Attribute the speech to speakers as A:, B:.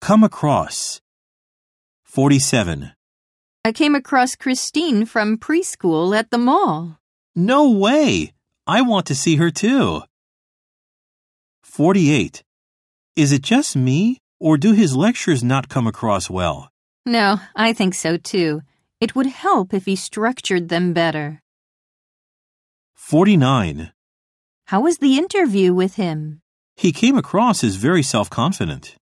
A: Come across. 47.
B: I came across Christine from preschool at the mall.
A: No way! I want to see her too. 48. Is it just me, or do his lectures not come across well?
B: No, I think so too. It would help if he structured them better.
A: 49.
B: How was the interview with him?
A: He came across as very self confident.